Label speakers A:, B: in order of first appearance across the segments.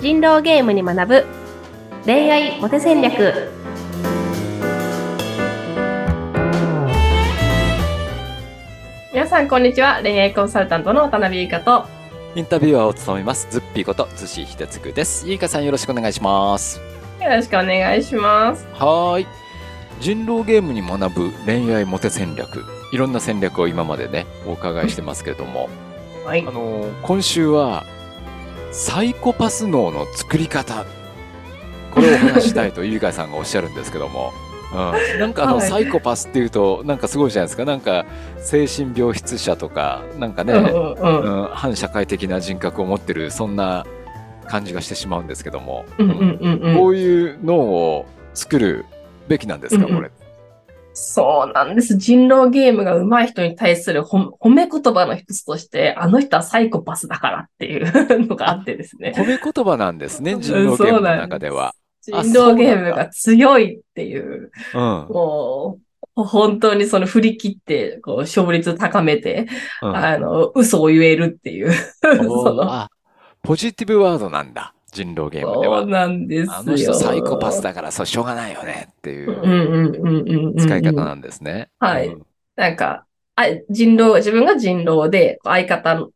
A: 人狼ゲームに学ぶ恋愛モテ戦略皆さんこんにちは恋愛コンサルタントの渡辺優香と
B: インタビュアーを務めます、ズッピーこと、ズシヒデツクです。ゆいかさんよろしくお願いします。
A: よろしくお願いします
B: はーい。人狼ゲームに学ぶ恋愛モテ戦略。いろんな戦略を今までね、お伺いしてますけれども、
A: はい
B: あのー今週は、サイコパス脳の作り方。これをお話しした いと、ゆいかさんがおっしゃるんですけども、うん、なんかあの、
A: はい
B: サイコパスっていうと、なんかすごいじゃないですか。なんか、精神病質者とか、なんかね、
A: うんうんうん
B: うん、反社会的な人格を持ってるそんな感じがしてしまうんですけども、
A: うんうんうんうん
B: こういう脳を作るべきなんですか、
A: うんうん
B: これ。
A: そうなんです。人狼ゲームが上手い人に対するほ褒め言葉の一つとして、あの人はサイコパスだからっていうのがあってですね。
B: 褒め言葉なんですね、
A: うん
B: 人狼ゲームの中では。
A: 人
B: あ
A: 狼ゲームが強いっていう、
B: うん
A: もう、本当にその振り切って、こう、勝率高めて、
B: うん
A: あの、嘘を言えるっていう、 そ
B: おー
A: の、
B: あポジティブワードなんだ、人狼ゲームで
A: そう
B: は。
A: なんですよ。
B: あの人サイコパスだから、そうしょうがないよねってい
A: うん
B: う
A: うんうんうんうん。
B: 使い方なんですね。
A: はい
B: うん
A: なんか、あ人狼、自分が人狼で、相方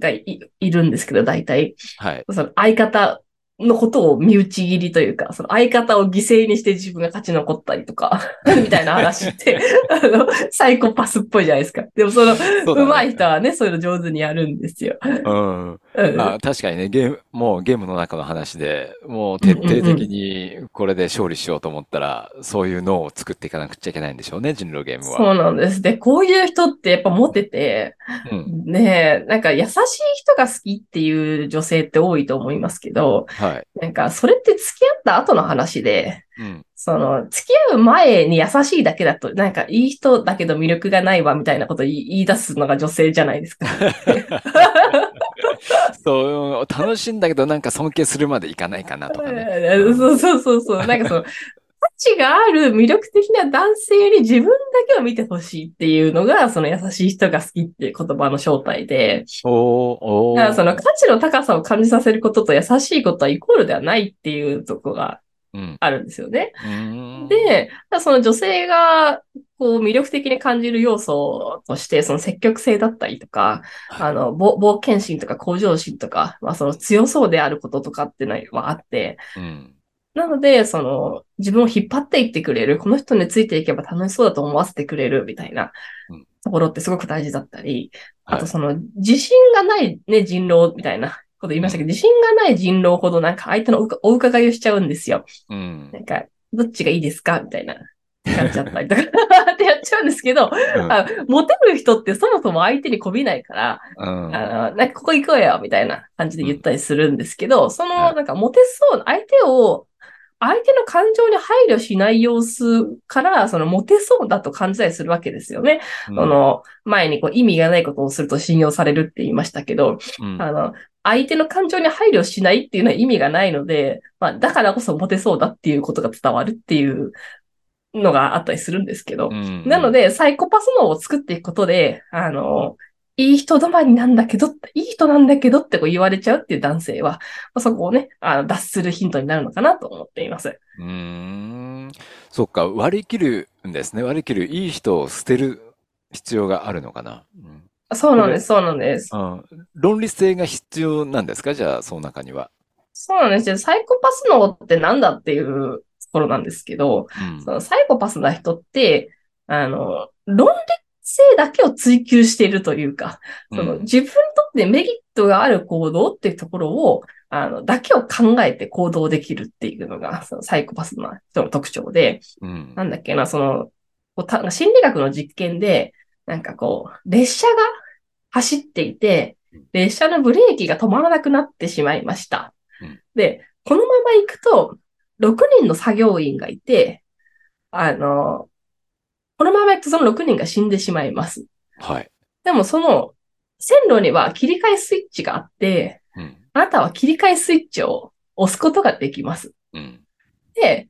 A: がいいるんですけど、大体、
B: はい。
A: その相方のことを身内切りというか、その相方を犠牲にして自分が勝ち残ったりとか、 みたいな話 って、あの、サイコパスっぽいじゃないですか。でもその、
B: そうだね
A: 上手い人はね、そういうの上手にやるんですよ。
B: うん
A: うん
B: あ確かにね、ゲーム、もうゲームの中の話で、もう徹底的にこれで勝利しようと思ったら、そういう脳を作っていかなくちゃいけないんでしょうね、人狼ゲーム
A: そ
B: は。
A: うなんです。で、こういう人ってやっぱモテて、
B: うん。
A: ねえ、なんか優しい人が好きっていう女性って多いと思いますけど、
B: はい。
A: なんかそれって付き合った後の話で、
B: うん。
A: その、付き合う前に優しいだけだと、なんか、いい人だけど魅力がないわ、みたいなことを言い言い出すのが女性じゃないですか。
B: そう、楽しいんだけど、なんか尊敬するまでいかないかなとかね。
A: そうそうそうそう。なんかその、価値がある魅力的な男性に自分だけを見てほしいっていうのが、その優しい人が好きっていう言葉の正体で、
B: おー、お
A: だ
B: ー
A: からその価値の高さを感じさせることと優しいことはイコールではないっていうとこが
B: うん。
A: あるんですよね。
B: うーん、
A: で、その女性が、こう、魅力的に感じる要素として、その積極性だったりとか、
B: はい
A: あの、冒冒険心とか向上心とか、まあ、その強そうであることとかっていうのはあって、
B: うん。
A: なので、その、自分を引っ張っていってくれる、この人についていけば楽しそうだと思わせてくれるみたいな
B: うん
A: ところってすごく大事だったり、
B: はい
A: あとその、自信がないね、人狼みたいなこと言いましたけど、自信がない人狼ほどなんか相手のお伺お伺いをしちゃうんですよ。
B: うん。
A: なんか、どっちがいいですかみたいな。やっちゃったり とかってやっちゃうんですけど、
B: うん
A: あモテる人ってそもそも相手に媚びないから、
B: うん
A: あの、なんかここ行こうよみたいな感じで言ったりするんですけど、そ
B: は
A: の
B: い
A: なんかモテそうな相手を、相手の感情に配慮しない様子から、そのモテそうだと感じたりするわけですよね。その前にこう意味がないことをすると信用されるって言いましたけど、
B: うん
A: あの、相手の感情に配慮しないっていうのは意味がないので、まあ、だからこそモテそうだっていうことが伝わるっていうのがあったりするんですけど
B: う、ん
A: なので、サイコパス脳を作っていくことで、あの、いい人止まりなんだけど、いい人なんだけどってこう言われちゃうっていう男性は、まあそこをね、あの脱するヒントになるのかなと思っています。
B: うーん。そっか、割り切るんですね。割り切る。いい人を捨てる必要があるのかな。うん
A: そうなんです、そうなんです。
B: うん、論理性が必要なんですかじゃあ、その中には。
A: そうなんですよ。サイコパス脳ってなんだっていうところなんですけど、
B: うん
A: そのサイコパスな人って、あの、論理性だけを追求しているというか、その
B: うん
A: 自分にとってメリットがある行動っていうところを、あの、だけを考えて行動できるっていうのが、そのサイコパスな人の特徴で、
B: うん
A: なんだっけな、その、こうた心理学の実験で、なんかこう、列車が走っていて、列車のブレーキが止まらなくなってしまいました
B: うん。
A: で、このまま行くと、6人の作業員がいて、あの、このまま行くとその6人が死んでしまいます。
B: はい。
A: でもその、線路には切り替えスイッチがあって、
B: うん。
A: あなたは切り替えスイッチを押すことができます。
B: うん。
A: で、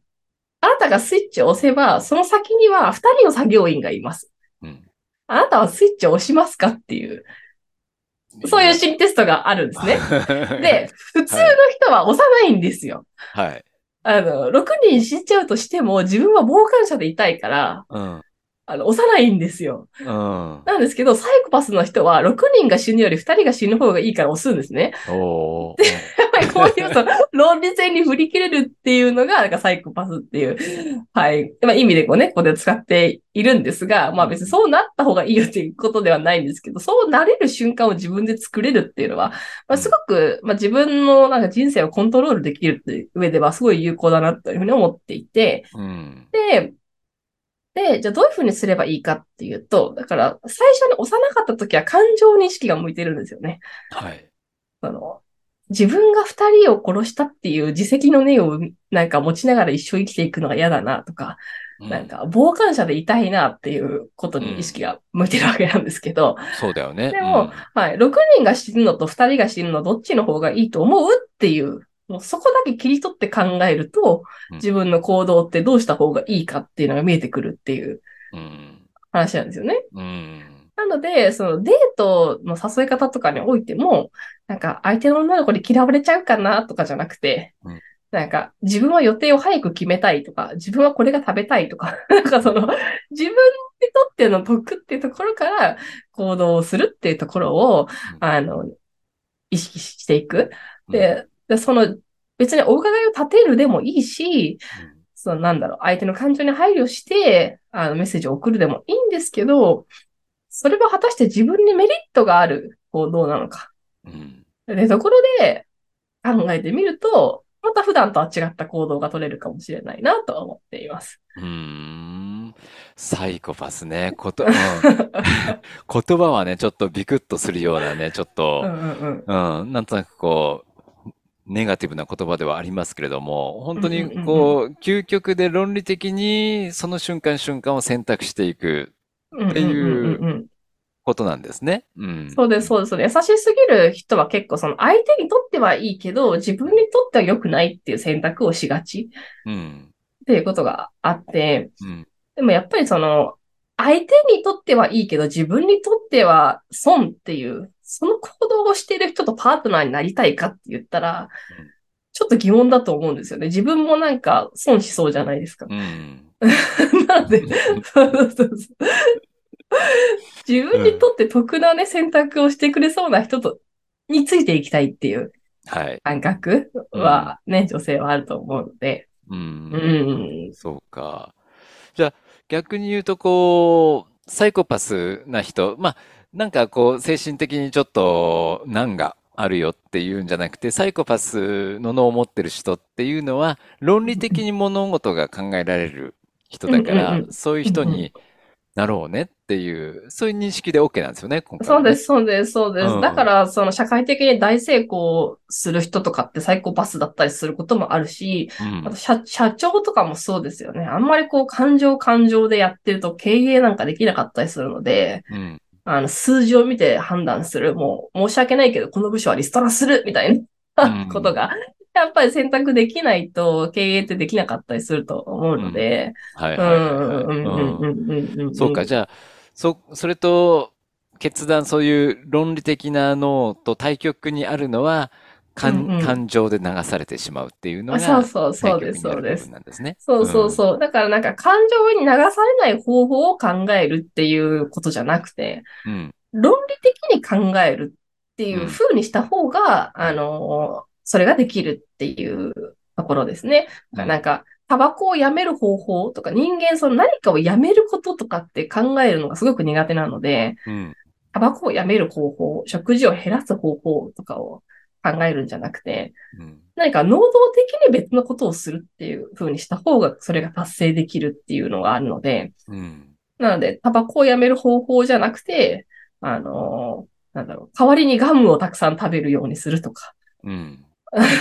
A: あなたがスイッチを押せば、その先には2人の作業員がいます。
B: うん。
A: あなたはスイッチを押しますかっていうそういう心理テストがあるんですね。
B: で、
A: で、普通の人は押さないんですよ。
B: はい。
A: あの、6人死んじゃうとしても、自分は傍観者でいたいから、
B: うん。
A: あの、押さないんですよ。
B: うん。
A: なんですけど、サイコパスの人は、6人が死ぬより2人が死ぬ方がいいから押すんですね。
B: おー
A: やっぱりこういう、その、論理戦に振り切れるっていうのが、なんかサイコパスっていう、はい、まあ意味でこうね、ここで使っているんですが、まあ別にそうなった方がいいよっていうことではないんですけど、そうなれる瞬間を自分で作れるっていうのは、まあすごく、まあ自分のなんか人生をコントロールできるっていう上では、すごい有効だなというふうに思っていて、
B: うん。
A: で、で、じゃあどういうふうにすればいいかっていうと、だから最初に幼かった時は感情に意識が向いてるんですよね。
B: はい。
A: あの自分が二人を殺したっていう自責の根をなんか持ちながら一生生きていくのが嫌だなとか、
B: うん
A: なんか傍観者でいたいなっていうことに意識が向いてるわけなんですけど、
B: そうだよね。
A: でもはい、6人が死ぬのと二人が死ぬのどっちの方がいいと思うっていう、もうそこだけ切り取って考えると、
B: うん
A: 自分の行動ってどうした方がいいかっていうのが見えてくるっていう
B: うん。
A: 話なんですよね。
B: うん。
A: なので、そのデートの誘い方とかにおいても、なんか相手の女の子に嫌われちゃうかなとかじゃなくて、
B: うん
A: なんか自分は予定を早く決めたいとか、自分はこれが食べたいとか、 なんかその自分にとっての得っていうところから行動をするっていうところ
B: う
A: を、
B: ん
A: あの、意識していく。
B: うん、
A: で、でその別にお伺いを立てるでもいいし、そのなんだろう、相手の感情に配慮して、あの、メッセージを送るでもいいんですけど、それは果たして自分にメリットがある行動なのか。
B: うん。うん。
A: で、ところで考えてみると、また普段とは違った行動が取れるかもしれないなとは思っています。
B: うーん。サイコパスね。こと、うん 言葉はね、ちょっとビクッとするようなね、ちょっ
A: うん
B: と、
A: うんうん。
B: うん、なんとなくこう、ネガティブな言葉ではありますけれども、本当
A: うんうんうんう
B: に
A: ん
B: こう、究極で論理的にその瞬間瞬間を選択していく
A: うん
B: っていう
A: うんうんうん
B: ことなんですね。うん。
A: そうです、そうですそうです。優しすぎる人は結構その相手にとってはいいけど、自分にとっては良くないっていう選択をしがち
B: うん。
A: っていうことがあって、
B: うん。
A: でもやっぱりその、相手にとってはいいけど自分にとっては損っていう、その行動をしている人とパートナーになりたいかって言ったら
B: うん、
A: ちょっと疑問だと思うんですよね。自分もなんか損しそうじゃないですか。
B: うん。
A: なん で、 そうそうそう自分にとって得なね、選択をしてくれそうな人と、についていきたいっていう
B: はい。
A: 感覚はね、女性はあると思うので。
B: う。
A: うんん。
B: そうか。じゃあ、逆に言うと、こう、サイコパスな人、まあ、なんかこう、精神的にちょっと難があるよっていうんじゃなくて、サイコパスの脳を持ってる人っていうのは、論理的に物事が考えられる人だか
A: うんうん
B: ら
A: う、
B: そういう人になろうねっていう、そういう認識で OK なんですよね、今回
A: そ
B: は
A: う
B: ね
A: です、そうです、そうで
B: う
A: す。
B: ん
A: だから、その社会的に大成功する人とかってサイコパスだったりすることもあるし、
B: うん
A: あと社、社長とかもそうですよね。あんまりこう感情感情でやってると経営なんかできなかったりするので、
B: うん。
A: あの、数字を見て判断する。もう、申し訳ないけど、この部署はリストラするみたいな
B: うん
A: ことが、やっぱり選択できないと経営ってできなかったりすると思うので、
B: はい
A: うん、
B: は
A: う
B: いは
A: ん、う
B: い
A: ん、う
B: はい。うん
A: ん、うんうん、うん。
B: そうか、じゃあ、そ、それと、決断、そういう論理的な脳と対極にあるのは、感、
A: うんうん
B: 感情で流されてしまうっていうの
A: あ
B: が、
A: そうそう、そうで
B: 対極に
A: す、
B: な
A: そ
B: る
A: うです
B: 部分。なんですね。
A: そうそうそう。だからなんか感情に流されない方法を考えるっていうことじゃなくて、
B: うん。うん。
A: 論理的に考えるっていううん風にした方が、あの、それができるっていうところですね。
B: うん
A: なんか、タバコをやめる方法とか、人間その何かをやめることとかって考えるのがすごく苦手なので、
B: うん。
A: タバコをやめる方法、食事を減らす方法とかを考えるんじゃなくて、
B: うん。
A: 何か能動的に別のことをするっていう風にした方が、それが達成できるっていうのがあるので、
B: うん。
A: なので、タバコをやめる方法じゃなくて、あのーなんだろう、代わりにガムをたくさん食べるようにするとか、
B: うん。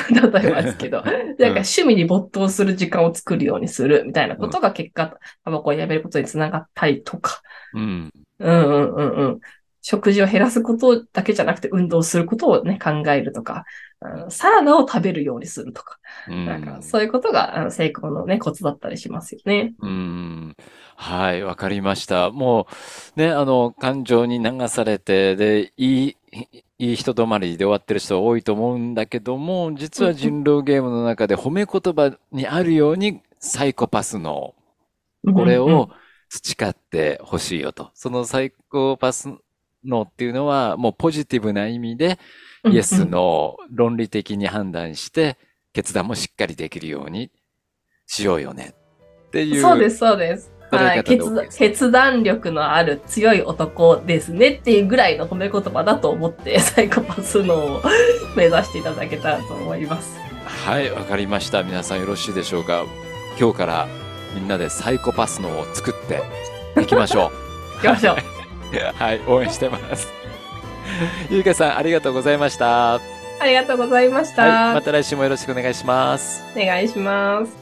A: 例えばですけど、なんか趣味に没頭する時間を作るようにするみたいなことが結果、タバコをやめることにつながったりとか、
B: うん。
A: うんうんうんうん。食事を減らすことだけじゃなくて、運動することをね、考えるとか、うんサラダを食べるようにするとか、
B: うん
A: なんか、そういうことが、あの、成功のね、コツだったりしますよね。
B: うーん。はい、わかりました。もう、ね、あの、感情に流されて、で、いいいいい人止まりで終わってる人多いと思うんだけども、実は人狼ゲームの中で褒め言葉にあるようにサイコパスのこれ
A: うんうん
B: を培ってほしいよと。そのサイコパス脳っていうのはもうポジティブな意味でイエス、の論理的に判断して決断もしっかりできるようにしようよねって
A: うん
B: いううん
A: そうです、そうです。
B: 捉
A: は
B: え
A: い、
B: 方で OK
A: 決
B: で
A: 断
B: す
A: 決断力のある強い男ですねっていうぐらいの褒め言葉だと思って サイコパスのを目指していただけたらと思います。
B: はい、わかりました。皆さんよろしいでしょうか。今日からみんなでサイコパスのを作っていきましょう。
A: 行きましょう。
B: はい、応援してます。ゆうかさん、ありがとうございました。
A: ありがとうございました。
B: はい、また来週もよろしくお願いします。
A: お願いします。